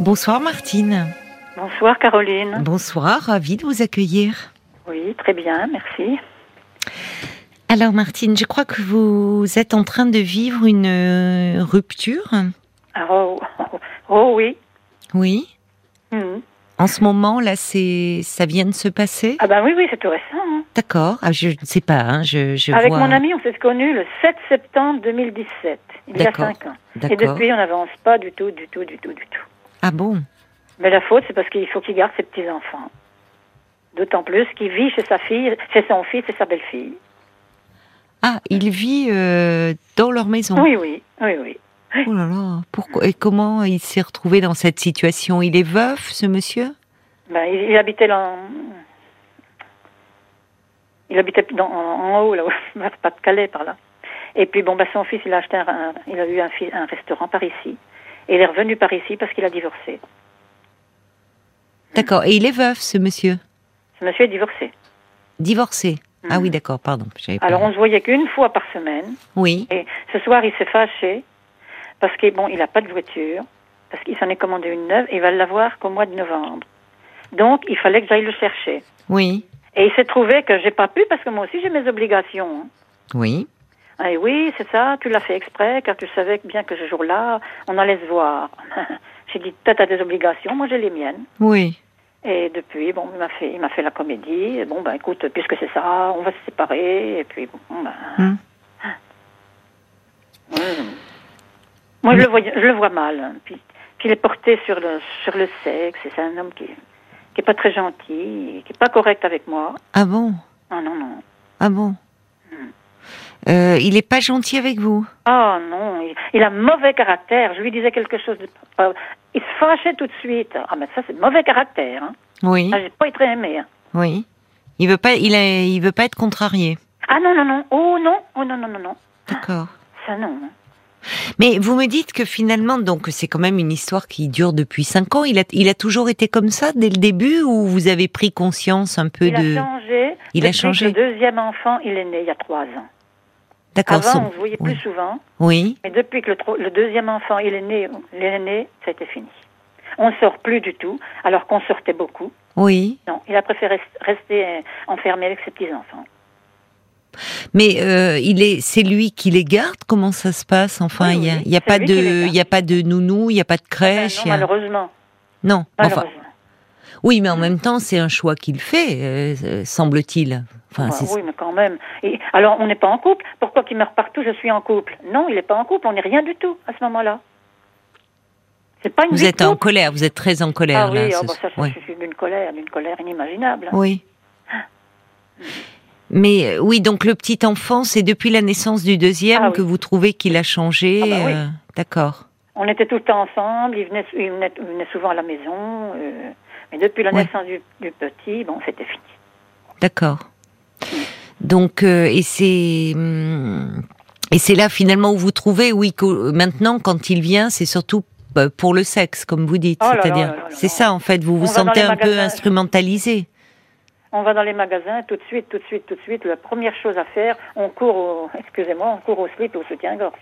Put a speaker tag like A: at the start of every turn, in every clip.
A: Bonsoir Martine.
B: Bonsoir Caroline.
A: Bonsoir, ravie de vous accueillir.
B: Oui, très bien, merci.
A: Alors Martine, je crois que vous êtes en train de vivre une euh, rupture.
B: Ah, Oh, oh, oh oui.
A: Oui.
B: Mhm.
A: En ce moment, là, c'est ça vient de se passer.
B: Ah ben oui, oui, c'est tout récent. hein.
A: D'accord. Ah, je ne sais pas. hein, je, je
B: Avec
A: vois.
B: mon ami, on s'est connus le 7 septembre 2017, il y a
A: D'accord.
B: 5 ans. Et
A: D'accord.
B: depuis, on n'avance pas du tout, du tout, du tout, du tout.
A: Ah bon.
B: Mais la faute, c'est parce qu'il faut qu'il garde ses petits-enfants. D'autant plus qu'il vit chez sa fille, chez son fils et sa belle-fille.
A: Ah, il vit euh, dans leur maison.
B: Oui, oui, oui, oui.
A: Oh là là. Pourquoi et comment il s'est retrouvé dans cette situation Il est veuf, ce monsieur
B: Ben, il, il habitait là. en- Il habitait dans- en, en haut, là, vers Pas-de-Calais, par là. Et puis, bon, ben, son fils, il a acheté un, un- il a eu un, fi- un restaurant par ici. Et il est revenu par ici parce qu'il a divorcé.
A: D'accord. Et il est veuf, ce monsieur
B: Ce monsieur est divorcé.
A: Divorcé. Ah
B: Mhm.
A: oui, d'accord. Pardon. j'avais pas-
B: Alors, on se voyait qu'une fois par semaine.
A: Oui.
B: Et ce soir, il s'est fâché parce que bon, il n'a pas de voiture, parce qu'il s'en est commandé une neuve et il va l'avoir qu'au mois de novembre. Donc, il fallait que j'aille le chercher.
A: Oui.
B: Et il s'est trouvé que j'ai pas pu parce que moi aussi j'ai mes obligations. hein.
A: Oui.
B: Ah et oui, c'est ça, tu l'as fait exprès car tu savais que bien que ce jour-là, on allait se voir. j'ai dit, toi, t'as des obligations, moi j'ai les miennes.
A: Oui.
B: Et depuis, bon, il m'a fait, il m'a fait la comédie. Et bon, ben écoute, puisque c'est ça, on va se séparer. Et puis, bon, ben.
A: Hum.
B: Oui. Hmm. Moi, je le, voyais- je le vois mal. hein. Puis, puis il est porté sur le, sur le sexe. et C'est un homme qui qui est pas très gentil, qui est pas correct avec moi.
A: Ah bon.
B: Non, non, non.
A: Ah bon Euh, Il est pas gentil avec vous
B: Ah non, il, il a mauvais caractère. Je lui disais quelque chose de. pas- il se fâchait tout de suite. Ah, mais ça, c'est mauvais caractère. Hein.
A: Oui,
B: Ah, J'ai pas été aimé. hein.
A: oui. Il veut pas, il, est- il veut pas être contrarié.
B: Ah non, non, non. Oh non, oh non, non, non, non.
A: D'accord.
B: Ça, non. hein.
A: Mais vous me dites que finalement, donc c'est quand même une histoire qui dure depuis cinq ans. Il a, il a toujours été comme ça dès le début ou vous avez pris conscience un peu
B: Il
A: de.
B: a changé.
A: Il a
B: depuis que
A: changé.
B: Le deuxième enfant, il est né il y a trois ans.
A: D'accord.
B: Avant,
A: son-
B: on se voyait
A: oui.
B: plus souvent.
A: Oui,
B: Mais depuis que le, tro- le deuxième enfant, il est né, il est né, ça a été fini. On sort plus du tout, alors qu'on sortait beaucoup.
A: oui.
B: Non, il a préféré rest- rester euh, enfermé avec ses petits-enfants.
A: Mais euh, il est, c'est lui qui les garde. Comment ça se passe Enfin,
B: Oui,
A: il y a,
B: oui,
A: il y a
B: c'est
A: pas
B: lui qui les
A: de,
B: garde.
A: il y a pas de nounou, il y a pas de
B: Ben
A: crèche.
B: non,
A: il y a-
B: malheureusement.
A: non. Eh, Enfin,
B: malheureusement.
A: oui, mais en même temps, c'est un choix qu'il fait, euh, euh, semble-t-il. Enfin,
B: Ouais,
A: c'est
B: Bah oui, mais quand même. Et, alors, on n'est pas en couple. Pourquoi qu'il meurt partout Je suis en couple. Non, il n'est pas en couple. On n'est rien du tout à ce moment-là. C'est pas une
A: Vous
B: vie de
A: êtes en
B: couple.
A: colère, vous êtes très en colère
B: Ah
A: là.
B: oui, ah
A: ce
B: bah ça,
A: soir.
B: je
A: Ouais.
B: suis d'une colère, d'une colère inimaginable.
A: Oui. Mais euh, oui, donc le petit enfant, c'est depuis la naissance du deuxième
B: Ah oui.
A: que vous trouvez qu'il a changé.
B: Ah bah oui.
A: euh, D'accord.
B: On était tout le temps ensemble. Il venait, il venait- il venait souvent à la maison. euh, mais depuis la
A: Ouais.
B: naissance du, du petit, bon, c'était fini.
A: D'accord. Donc euh, et c'est hum, et c'est là finalement où vous trouvez oui que euh, maintenant quand il vient, c'est surtout euh, pour le sexe comme vous dites,
B: Oh là là
A: c'est-à-dire
B: là là là
A: c'est
B: là.
A: ça en fait, vous vous
B: On va dans
A: sentez
B: les
A: un peu
B: magasins.
A: instrumentalisé.
B: On va dans les magasins tout de suite, tout de suite, tout de suite. La première chose à faire, on court au, excusez-moi, on court au slip et au soutien-gorge.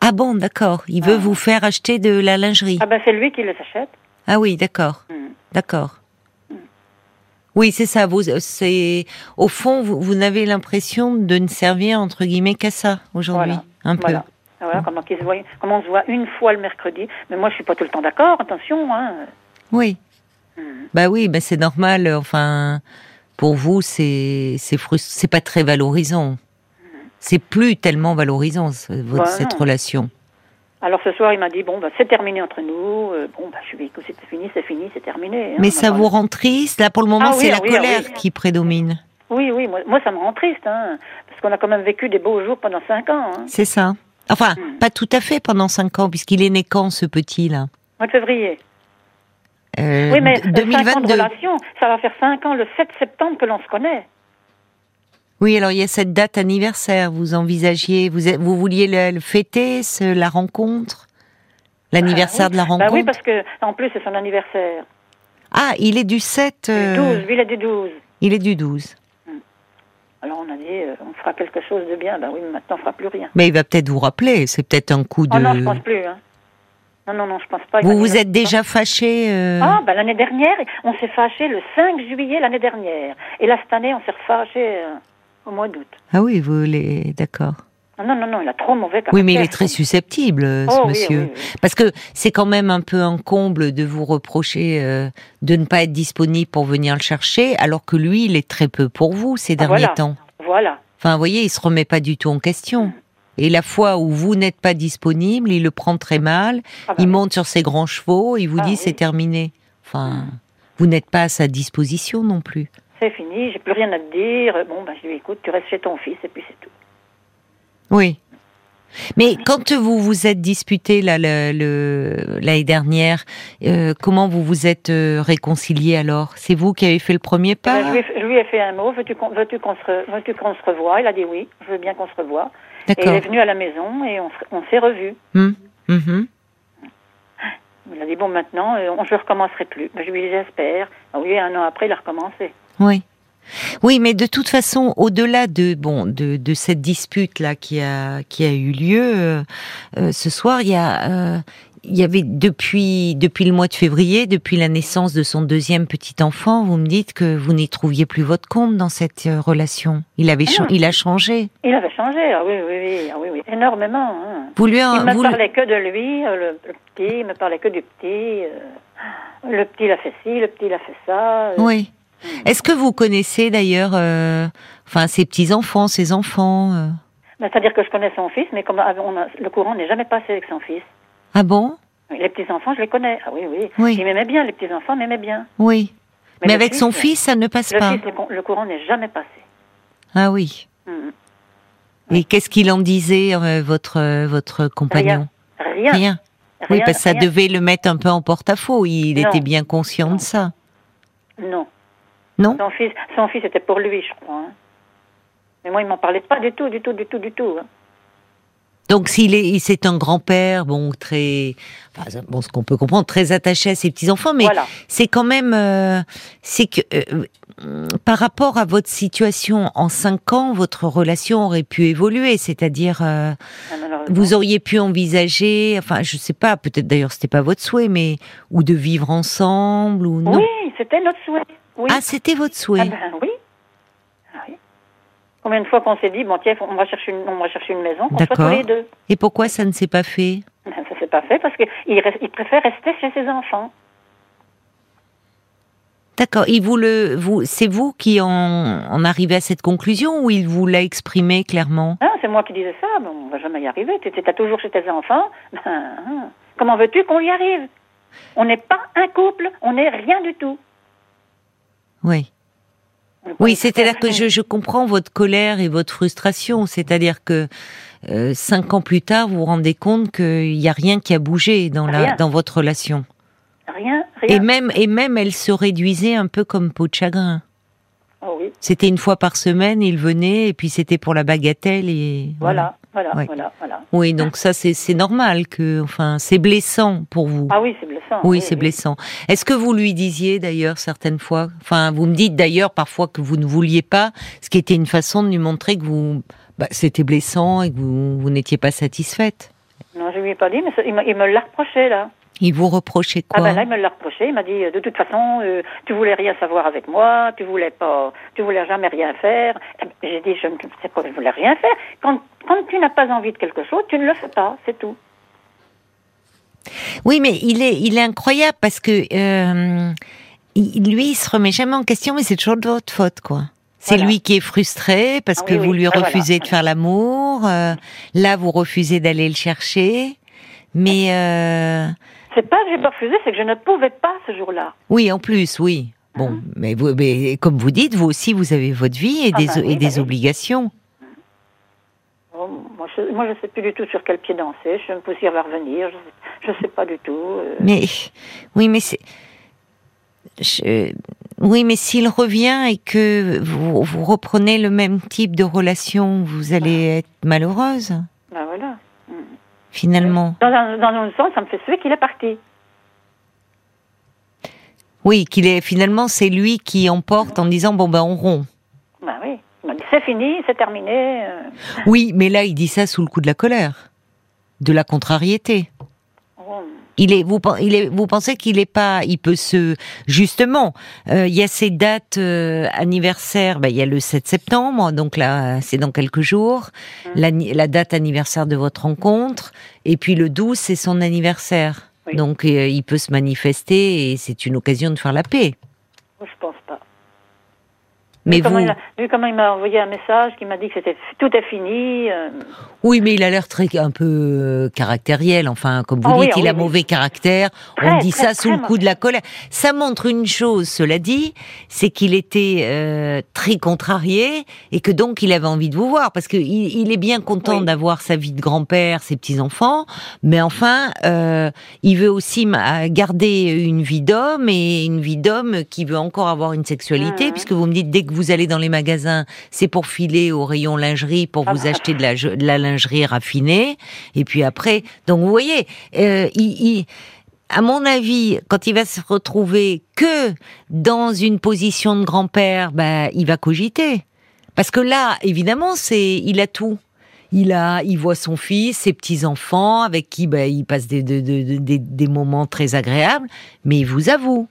A: Ah bon, d'accord, il veut
B: Ah.
A: vous faire acheter de la lingerie.
B: Ah ben, c'est lui qui les achète.
A: Ah oui, d'accord.
B: Hmm.
A: D'accord.
B: Mm.
A: Oui, c'est ça. Vous, euh, c'est au fond, vous, vous n'avez l'impression de ne servir entre guillemets qu'à ça aujourd'hui,
B: Voilà.
A: un peu.
B: Voilà. Ah, Voilà, comment, qu'ils se voient- comment on se voit une fois le mercredi. Mais moi, je suis pas tout le temps d'accord, attention. Hein.
A: Oui.
B: Mm.
A: Bah oui, bah c'est normal. Enfin, pour vous, c'est c'est frus- c'est pas très valorisant. C'est plus tellement valorisant ce- votre-
B: Mm. Bah,
A: cette
B: non.
A: relation.
B: Alors ce soir, il m'a dit, bon, ben, c'est terminé entre nous. Euh, bon, ben, je lui ai dit, écoute, c'est fini, c'est fini, c'est terminé. hein.
A: Mais
B: On
A: ça
B: a
A: vous rend triste. Là, pour le moment,
B: Ah oui,
A: c'est
B: ah
A: la
B: oui, ah
A: colère
B: oui.
A: qui prédomine.
B: pas- Oui, oui, moi, moi, ça me rend triste, hein, parce qu'on a quand même vécu des beaux jours pendant cinq ans. Hein.
A: C'est ça. Enfin,
B: Hmm.
A: pas tout à fait pendant cinq ans, puisqu'il est né quand ce petit là
B: Mois de février.
A: Euh,
B: oui, mais euh, cinq ans de
A: 2022.
B: relation, ça va faire cinq ans le 7 septembre que l'on se connaît.
A: Oui, alors il y a cette date anniversaire. Vous envisagiez, vous, êtes- vous vouliez le, le fêter, ce- la rencontre, l'anniversaire de la
B: Bah
A: rencontre.
B: oui, parce que en plus, c'est son anniversaire.
A: Ah, il est du 7.
B: Du
A: euh,
B: 12, lui, il est du 12.
A: Il est du 12.
B: Alors on a dit, euh, on fera quelque chose Bah de bien. Ben oui, mais maintenant, on fera plus rien.
A: Mais il va peut-être vous rappeler. C'est peut-être un coup de.
B: Oh non, je pense plus. Hein. Non, non, non, je pense pas. Il
A: Vous
B: m'a dit
A: vous
B: non,
A: êtes
B: je pense
A: déjà fâché euh,
B: Ah, ben l'année dernière, on s'est fâché le 5 juillet l'année dernière. Et là, cette année, on s'est refâché euh, au mois d'août.
A: Ah oui, vous les d'accord.
B: Ah Non, non, non, il a trop mauvais caractère.
A: Oui, mais il est très susceptible, euh, ce
B: Oh, oui,
A: monsieur.
B: oui, oui.
A: Parce que c'est quand même un peu un comble de vous reprocher euh, de ne pas être disponible pour venir le chercher, alors que lui, il est très peu pour vous ces
B: Ah,
A: derniers
B: voilà.
A: temps.
B: Voilà.
A: Enfin, vous voyez, il se remet pas du tout en question. Et la fois où vous n'êtes pas disponible, il le prend très mal,
B: Ah, ben,
A: il monte sur ses grands chevaux, il vous
B: Ah,
A: dit
B: oui.
A: c'est terminé. Enfin, vous n'êtes pas à sa disposition non plus.
B: C'est fini, j'ai plus rien à te dire. Bon, ben je lui dis, écoute, tu restes chez ton fils et puis c'est tout.
A: Oui. Mais quand vous vous êtes disputé là, le- le- l'année dernière, euh, comment vous vous êtes euh, réconcilié alors C'est vous qui avez fait le premier pas
B: Ben, je, lui ai, fait- je lui ai fait un mot, veux-tu qu'on veux-tu qu'on se, re- veux-tu qu'on se revoie Il a dit oui, je veux bien qu'on se revoie. Et il
A: D'accord.
B: est venu à la maison et on, se- on s'est revus.
A: Mhm.
B: Il a dit, bon, maintenant, euh, on- je ne recommencerai plus. Ben, je lui ai dit, j'espère. Ah oui, un an après, il a recommencé.
A: Oui. Oui, mais de toute façon, au-delà de bon de, de cette dispute là qui a qui a eu lieu euh, euh, ce soir, il y a euh, il y avait depuis depuis le mois de février, depuis la naissance de son deuxième petit enfant, vous me dites que vous n'y trouviez plus votre compte dans cette euh, relation. Il avait cha-
B: Ah.
A: il a changé.
B: Il avait changé, ah oui, oui, oui, ah oui, oui, énormément. hein.
A: Vous lui
B: Il
A: en-
B: ne me
A: Ah, vous le-
B: parlait que de lui, euh, le, le petit, il me parlait que du petit. euh, le petit, il a fait ci, le petit, il a fait ça. euh.
A: oui. Est-ce que vous connaissez d'ailleurs euh, enfin ses petits enfants, ses enfants euh
B: Ben, C'est-à-dire que je connais son fils, mais comme ah, on a- le courant n'est jamais passé avec son fils.
A: Ah bon
B: Oui, Les petits-enfants, je les connais, ah oui, oui.
A: Oui.
B: Il m'aimait bien, les petits-enfants m'aimaient bien.
A: Oui. Mais,
B: le
A: avec son fils, ça ne passe
B: le,
A: pas.
B: fils, le, con- le courant n'est jamais passé.
A: Ah oui.
B: Hum,
A: Et qu'est-ce qu'il en disait, euh, votre, euh, votre compagnon
B: Rien, rien.
A: Oui, parce que ça
B: rien.
A: devait le mettre un peu en porte-à-faux. Il
B: Non.
A: était bien conscient
B: Non.
A: de ça.
B: Non.
A: Non
B: Son fils, son fils était pour lui, je crois. hein. Mais moi, il m'en parlait pas du tout, du tout, du tout, du tout. hein.
A: Donc, s'il est, il- c'est un grand-père, bon, très, enfin, bon, ce qu'on peut comprendre, très attaché à ses petits-enfants, mais
B: Voilà.
A: c'est quand même, euh, c'est que, euh, euh, par rapport à votre situation en cinq ans, votre relation aurait pu évoluer, c'est-à-dire, euh,
B: Ah, malheureusement.
A: Vous auriez pu envisager, enfin, je sais pas, peut-être d'ailleurs c'était pas votre souhait, mais ou de vivre ensemble ou non.
B: Oui, c'était notre souhait. Oui.
A: Ah, c'était votre souhait.
B: Ah ben oui. Ah oui. Combien de fois qu'on s'est dit, bon tiens, faut- on va chercher une, on va chercher une maison, qu'on soit tous
A: D'accord.
B: les deux.
A: Et pourquoi ça ne s'est pas fait
B: Ben, ça s'est pas fait parce qu'il reste- il préfère rester chez ses enfants.
A: D'accord. Il vous le, vous, c'est vous qui en, en arrivez à cette conclusion ou il vous l'a exprimé clairement
B: Hein, c'est moi qui disais ça, mais on va jamais y arriver. Tu étais toujours chez tes enfants. Ben, hein. Comment veux-tu qu'on y arrive On n'est pas un couple, on n'est rien du tout.
A: Oui.
B: On n'est pas
A: Oui,
B: une
A: c'est-à-dire que
B: personne.
A: je, je comprends votre colère et votre frustration. C'est-à-dire que euh, cinq ans plus tard, vous vous rendez compte qu'il n'y a rien qui a bougé dans la,
B: Rien.
A: dans votre relation.
B: Rien,
A: Et
B: rien.
A: même, et même, elle se réduisait un peu comme peau de chagrin.
B: Ah oui,
A: C'était une fois par semaine, il venait, et puis c'était pour la bagatelle et
B: voilà, voilà,
A: Ouais.
B: voilà, voilà.
A: Oui, donc ça c'est c'est normal que, enfin, c'est blessant pour vous.
B: Ah oui, c'est blessant.
A: oui, c'est blessant. Est-ce que vous lui disiez d'ailleurs certaines fois, enfin, vous me dites d'ailleurs parfois que vous ne vouliez pas, ce qui était une façon de lui montrer que vous, bah, c'était blessant et que vous, vous n'étiez pas satisfaite.
B: Non, je lui ai pas dit, mais ça- il me- il me l'a reproché là.
A: Il vous reprochait quoi
B: ah ben là, il me l'a reproché. Il m'a dit, euh, de toute façon, euh, tu voulais rien savoir avec moi, tu voulais pas, tu voulais jamais rien faire. Eh ben, J'ai dit, je ne sais pas, je voulais rien faire. Quand, quand tu n'as pas envie de quelque chose, tu ne le fais pas, c'est tout.
A: Oui, mais il est, il est incroyable parce que euh, il- lui, il se remet jamais en question, mais c'est toujours de votre faute, quoi. C'est
B: Voilà.
A: lui qui est frustré parce
B: Ah
A: que
B: oui,
A: vous
B: oui.
A: lui
B: Ah, voilà.
A: refusez de faire l'amour. euh, là, vous refusez d'aller le chercher. Mais euh,
B: C'est pas que j'ai pas refusé, c'est que je ne pouvais pas ce jour-là.
A: oui, en plus, oui. Bon, mais, vous, mais comme vous dites, vous aussi, vous avez votre vie et
B: Mhm. Ah
A: des,
B: bah oui,
A: et
B: bah
A: des
B: oui.
A: obligations.
B: Oh, moi, je, moi, je sais plus du tout sur quel pied danser. Je ne peux pas revenir. Je, je sais pas du tout. euh.
A: Mais oui, mais c'est. je- Oui, mais s'il revient et que vous, vous reprenez le même type de relation, vous allez être malheureuse,
B: Ben voilà.
A: finalement.
B: Dans un, dans un sens, ça me fait suer qu'il est parti.
A: Oui, qu'il est finalement c'est lui qui emporte en disant bon ben on rompt.
B: Ben oui. Il m'a dit, c'est fini, c'est terminé. euh.
A: Oui, mais là il dit ça sous le coup de la colère, de la contrariété.
B: Oh,
A: Il est, vous, pen- il est, vous pensez qu'il est pas, il peut se, justement, euh, il y a ces dates euh, anniversaires. bah, il y a le 7 septembre, donc là, c'est dans quelques jours.
B: Mmh.
A: La, la date anniversaire de votre rencontre, et puis le 12, c'est son anniversaire.
B: Oui.
A: Donc, euh, il peut se manifester et c'est une occasion de faire la paix.
B: Je pense pas.
A: Mais
B: vu, comment
A: vous,
B: il a- vu comment il m'a envoyé un message qui m'a dit que c'était tout est fini. euh,
A: oui, mais il a l'air très un peu euh, caractériel. Enfin, comme vous
B: Ah oui,
A: dites,
B: ah
A: il a
B: oui, oui.
A: mauvais caractère. On
B: Très,
A: dit
B: très,
A: ça sous
B: très
A: le coup de la colère. Ça montre une chose, cela dit, c'est qu'il était euh, très contrarié et que donc il avait envie de vous voir parce que il, il est bien content
B: Oui.
A: d'avoir sa vie de grand-père, ses petits-enfants, mais enfin, euh, il veut aussi ma- garder une vie d'homme et une vie d'homme qui veut encore avoir une sexualité
B: Mhm.
A: puisque vous me dites dès que vous allez dans les magasins, c'est pour filer au rayon lingerie pour
B: Ah
A: vous
B: bah.
A: acheter de la, de la lingerie raffinée et puis après, donc vous voyez, euh, il- il à mon avis, quand il va se retrouver que dans une position de grand-père, bah, il va cogiter. Parce que là, évidemment, c'est, il a tout. Il a, il voit son fils, ses petits enfants, avec qui bah, il passe des, des- des- des- des moments très agréables. Mais il vous avoue,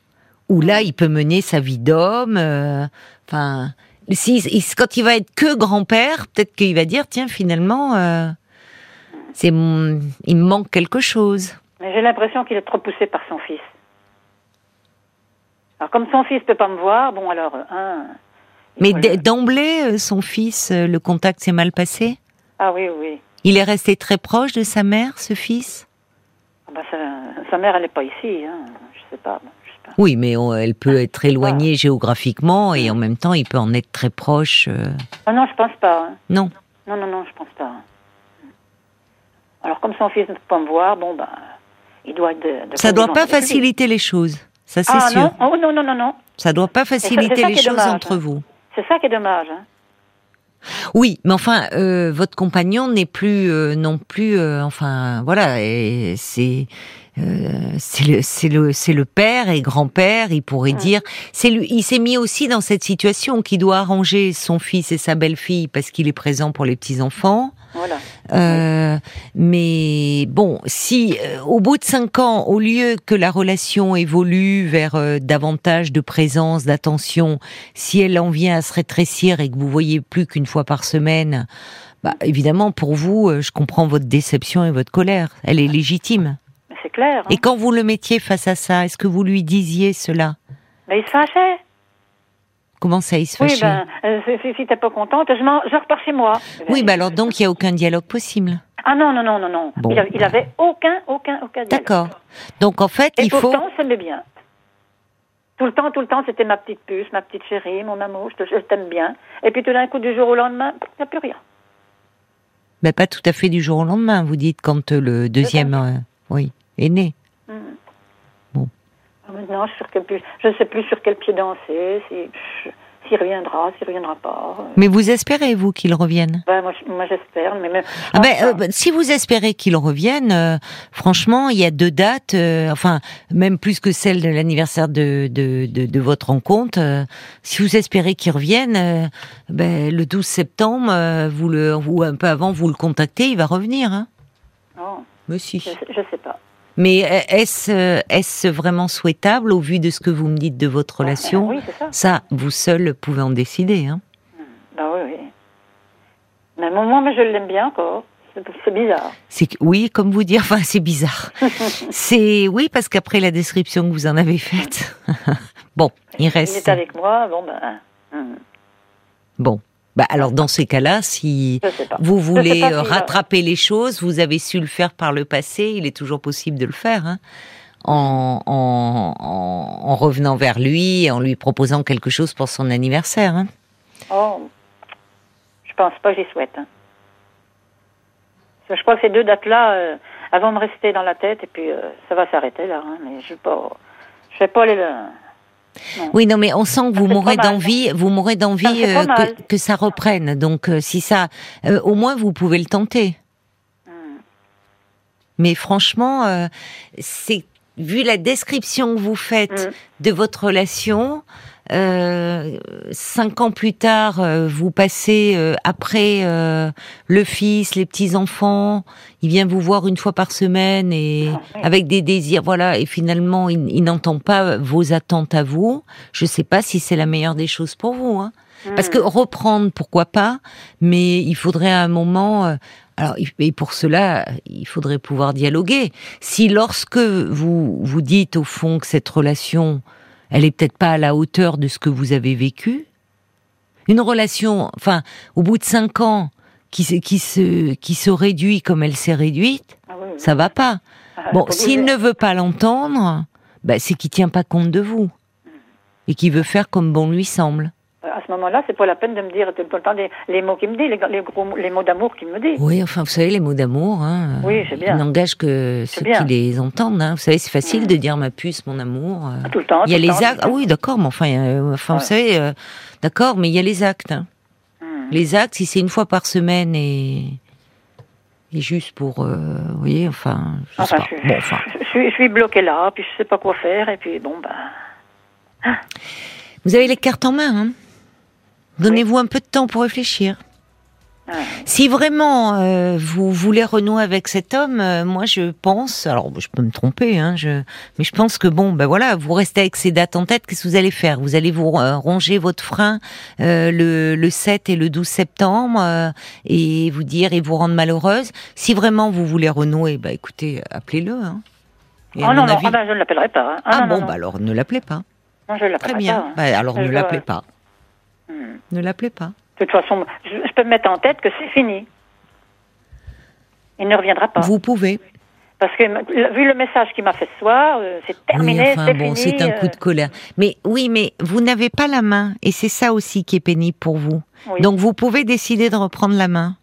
A: où là, il peut mener sa vie d'homme. euh, Enfin, si, il- quand il va être que grand-père, peut-être qu'il va dire, tiens, finalement, euh, c'est, mon- il me manque quelque chose.
B: mais j'ai l'impression qu'il est trop poussé par son fils. Alors comme son fils peut pas me voir, bon alors euh, hein. il
A: Mais
B: faut
A: d-
B: le-
A: d'emblée, euh, son fils, euh, le contact s'est mal passé
B: ah oui oui.
A: Il est resté très proche de sa mère, ce fils
B: Ah bah, sa, sa mère elle n'est pas ici. Hein. Je sais pas. bon, je sais pas.
A: Oui, mais on- elle peut être
B: Ah,
A: éloignée géographiquement et en
B: Mm.
A: même temps, il peut en être très proche. euh,
B: Ah non je pense pas. hein.
A: Non.
B: Non, non, non, je pense pas. hein. Alors, comme son fils ne peut pas me voir, bon, ben, il doit être de. de
A: Ça doit pas
B: condition publique.
A: faciliter les choses, ça c'est
B: Ah
A: sûr.
B: non, oh, non, non, non, non.
A: Ça doit pas
B: ça
A: faciliter
B: qui
A: les
B: est
A: choses
B: dommage,
A: entre
B: hein.
A: vous.
B: C'est ça qui est dommage. hein.
A: Oui, mais enfin, euh, votre compagnon n'est plus euh, non plus, euh, enfin, voilà, et c'est euh, c'est le c'est le c'est le père et grand-père, il pourrait
B: Mm.
A: dire. C'est lui, il s'est mis aussi dans cette situation qui doit arranger son fils et sa belle-fille parce qu'il est présent pour les petits enfants.
B: Voilà.
A: Euh, mais bon, si euh, au bout de cinq ans, au lieu que la relation évolue vers euh, davantage de présence, d'attention, si elle en vient à se rétrécir et que vous voyez plus qu'une fois par semaine, bah évidemment pour vous, euh, je comprends votre déception et votre colère. Elle est légitime.
B: Mais c'est clair. hein.
A: Et quand vous le mettiez face à ça, est-ce que vous lui disiez cela
B: Mais il se fâchait.
A: Comment ça, il se
B: Oui,
A: fâchait
B: ben, euh, si- si, si t'es pas contente, je, m'en- je repars chez moi.
A: Oui, bah alors donc il y a aucun dialogue possible.
B: Ah non, non, non, non, non.
A: Bon.
B: Il, a- il avait aucun, aucun, aucun. dialogue.
A: D'accord. Donc en fait,
B: Et
A: il faut.
B: pourtant, on s'aimait bien. Tout le temps, tout le temps, c'était ma petite puce, ma petite chérie, mon amour, je te- je t'aime bien. Et puis tout d'un coup, du jour au lendemain, il n'y a plus rien.
A: Mais Ben, pas tout à fait du jour au lendemain, vous dites, quand euh, le deuxième euh, oui, est né.
B: Maintenant, Ah, je, suis sur quel pied- je ne sais plus sur quel pied danser, si- pff, s'il reviendra, s'il reviendra pas. Euh,
A: Mais vous espérez, vous, qu'il revienne
B: Ben, moi, je- moi, j'espère, mais même-
A: ah ben,
B: pense
A: euh,
B: pas.
A: ben, Si vous espérez qu'il revienne, euh, franchement, il y a deux dates, euh, enfin, même plus que celle de l'anniversaire de, de, de, de votre rencontre. euh, si vous espérez qu'il revienne, euh, ben, le 12 septembre, euh, vous le, ou un peu avant, vous le contactez, il va revenir. Hein
B: non,
A: Mais si.
B: je ne sais pas.
A: Mais euh, est-ce euh, est-ce vraiment souhaitable au vu de ce que vous me dites de votre relation
B: Oui, c'est ça.
A: Ça, vous seul pouvez en décider. Hein.
B: Ben oui, oui. Mais moi, moi, je l'aime bien encore. C'est c'est bizarre.
A: C'est que- oui, comme vous dire, enfin, c'est bizarre. c'est oui parce qu'après la description que vous en avez faite, bon, il
B: Il
A: reste.
B: est avec moi, bon ben, hmm,
A: Bon, bah alors dans ces cas-là, si
B: je ne sais pas.
A: vous voulez
B: pas hein.
A: euh,
B: s'il va-
A: rattraper les choses, vous avez su le faire par le passé. Il est toujours possible de le faire. Hein. En, en, en- en revenant vers lui, en lui proposant quelque chose pour son anniversaire. Hein.
B: Oh, je pense pas que j'y souhaite. hein. Parce que Je crois que ces deux dates-là, euh, elles vont me rester dans la tête et puis euh, ça va s'arrêter là. hein, mais je ne pas, je vais pas aller là.
A: Oui, non, mais on sent que vous
B: fait
A: mourrez
B: pas mal.
A: d'envie, vous mourrez
B: Ça
A: d'envie
B: fait pas
A: euh,
B: mal.
A: que, que ça reprenne. Donc, euh, si ça, euh, au moins, vous pouvez le tenter.
B: Hmm.
A: Mais franchement, euh, c'est vu la description que vous faites
B: Mm.
A: de votre relation, euh, cinq ans plus tard, euh, vous passez euh, après euh, le fils, les petits enfants. Il vient vous voir une fois par semaine et
B: Ah, oui.
A: avec des désirs, voilà. Et finalement, il, il n'entend pas vos attentes à vous. Je sais pas si c'est la meilleure des choses pour vous. Hein. Parce que reprendre, pourquoi pas, mais il faudrait à un moment. euh, alors, il- et pour cela, il faudrait pouvoir dialoguer. Si lorsque vous vous dites au fond que cette relation, elle est peut-être pas à la hauteur de ce que vous avez vécu, une relation, enfin, au bout de cinq ans, qui se, qui se, qui se réduit comme elle s'est réduite,
B: Ah oui, oui.
A: ça va pas.
B: Ah,
A: Bon,
B: faut
A: s'il
B: bouger.
A: ne veut pas l'entendre, bah, c'est qu'il tient pas compte de vous et qu'il veut faire comme bon lui semble.
B: Euh, À ce moment-là, c'est pas la peine de me dire tout le temps les, les mots qu'il me dit, les, les gros mots- les mots d'amour qu'il me dit.
A: Oui, enfin, vous savez, les mots d'amour, hein,
B: Oui, c'est bien.
A: ils n'engagent que ceux
B: bien.
A: qui les entendent. hein. Vous savez, c'est facile
B: Mm.
A: de dire ma puce, mon amour. euh.
B: Tout le temps.
A: Il y a
B: tout
A: les
B: le temps, tout le
A: actes. Ah
B: temps.
A: oui, d'accord, mais enfin, euh, enfin vous
B: Ouais.
A: savez, euh, d'accord, mais il y a les actes. hein.
B: Hmm.
A: Les actes, si c'est une fois par semaine et, et juste pour, euh, vous voyez, enfin, je sais
B: Enfin,
A: pas.
B: je,
A: Bon, enfin.
B: je suis, je suis bloquée là, puis je sais pas quoi faire, et puis bon, ben.
A: Vous avez les cartes en main. Hein Donnez-vous un peu de temps pour réfléchir.
B: ah,
A: Si vraiment euh, vous voulez renouer avec cet homme, euh, moi je pense, alors je peux me tromper, hein, je, mais je pense que bon, ben voilà, vous restez avec ces dates en tête, qu'est-ce que vous allez faire Vous allez vous euh, ronger votre frein euh, le, le 7 et le 12 septembre euh, et vous dire et vous rendre malheureuse. Si vraiment vous voulez renouer, bah écoutez, appelez-le. Hein. Et à
B: Oh non,
A: mon
B: non,
A: avis-
B: ah ben, je ne l'appellerai pas. hein.
A: ah
B: non,
A: bon,
B: non,
A: bah
B: non.
A: alors ne l'appelez pas.
B: Non, je ne
A: Très
B: l'appellerai pas.
A: bien.
B: hein.
A: Bah, alors
B: Je
A: ne
B: dois-
A: l'appelez pas.
B: Hmm. De
A: Ne l'appelez pas.
B: toute façon, je, je peux me mettre en tête que c'est fini. Il ne reviendra pas.
A: Vous pouvez.
B: Parce que vu le message qu'il m'a fait ce soir, euh, c'est terminé,
A: oui, enfin
B: c'est
A: bon,
B: fini.
A: c'est un coup
B: euh,
A: de colère. Mais oui, mais vous n'avez pas la main, et c'est ça aussi qui est pénible pour vous.
B: oui.
A: Donc vous pouvez décider de reprendre la main,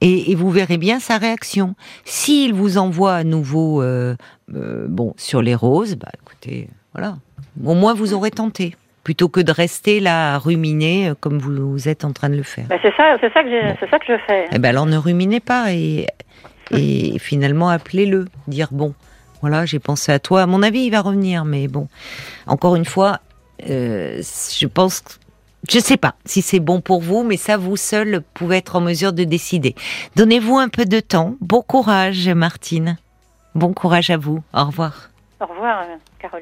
A: et, et vous verrez bien sa réaction. S'il vous envoie à nouveau, euh, euh, bon, sur les roses, bah écoutez, voilà. Au moins vous aurez tenté, plutôt que de rester là à ruminer euh, comme vous êtes en train de le faire.
B: Mais ben, c'est ça, c'est ça que j'ai-
A: Bon.
B: c'est ça que je fais.
A: Eh ben alors ne ruminez pas et, et finalement appelez-le, dire bon, voilà, j'ai pensé à toi. À mon avis, il va revenir, mais bon, encore une fois, euh, je pense, que- je sais pas si c'est bon pour vous, mais ça vous seul pouvez être en mesure de décider. Donnez-vous un peu de temps. Bon courage, Martine. Bon courage à vous. Au revoir.
B: Au revoir, euh, Caroline.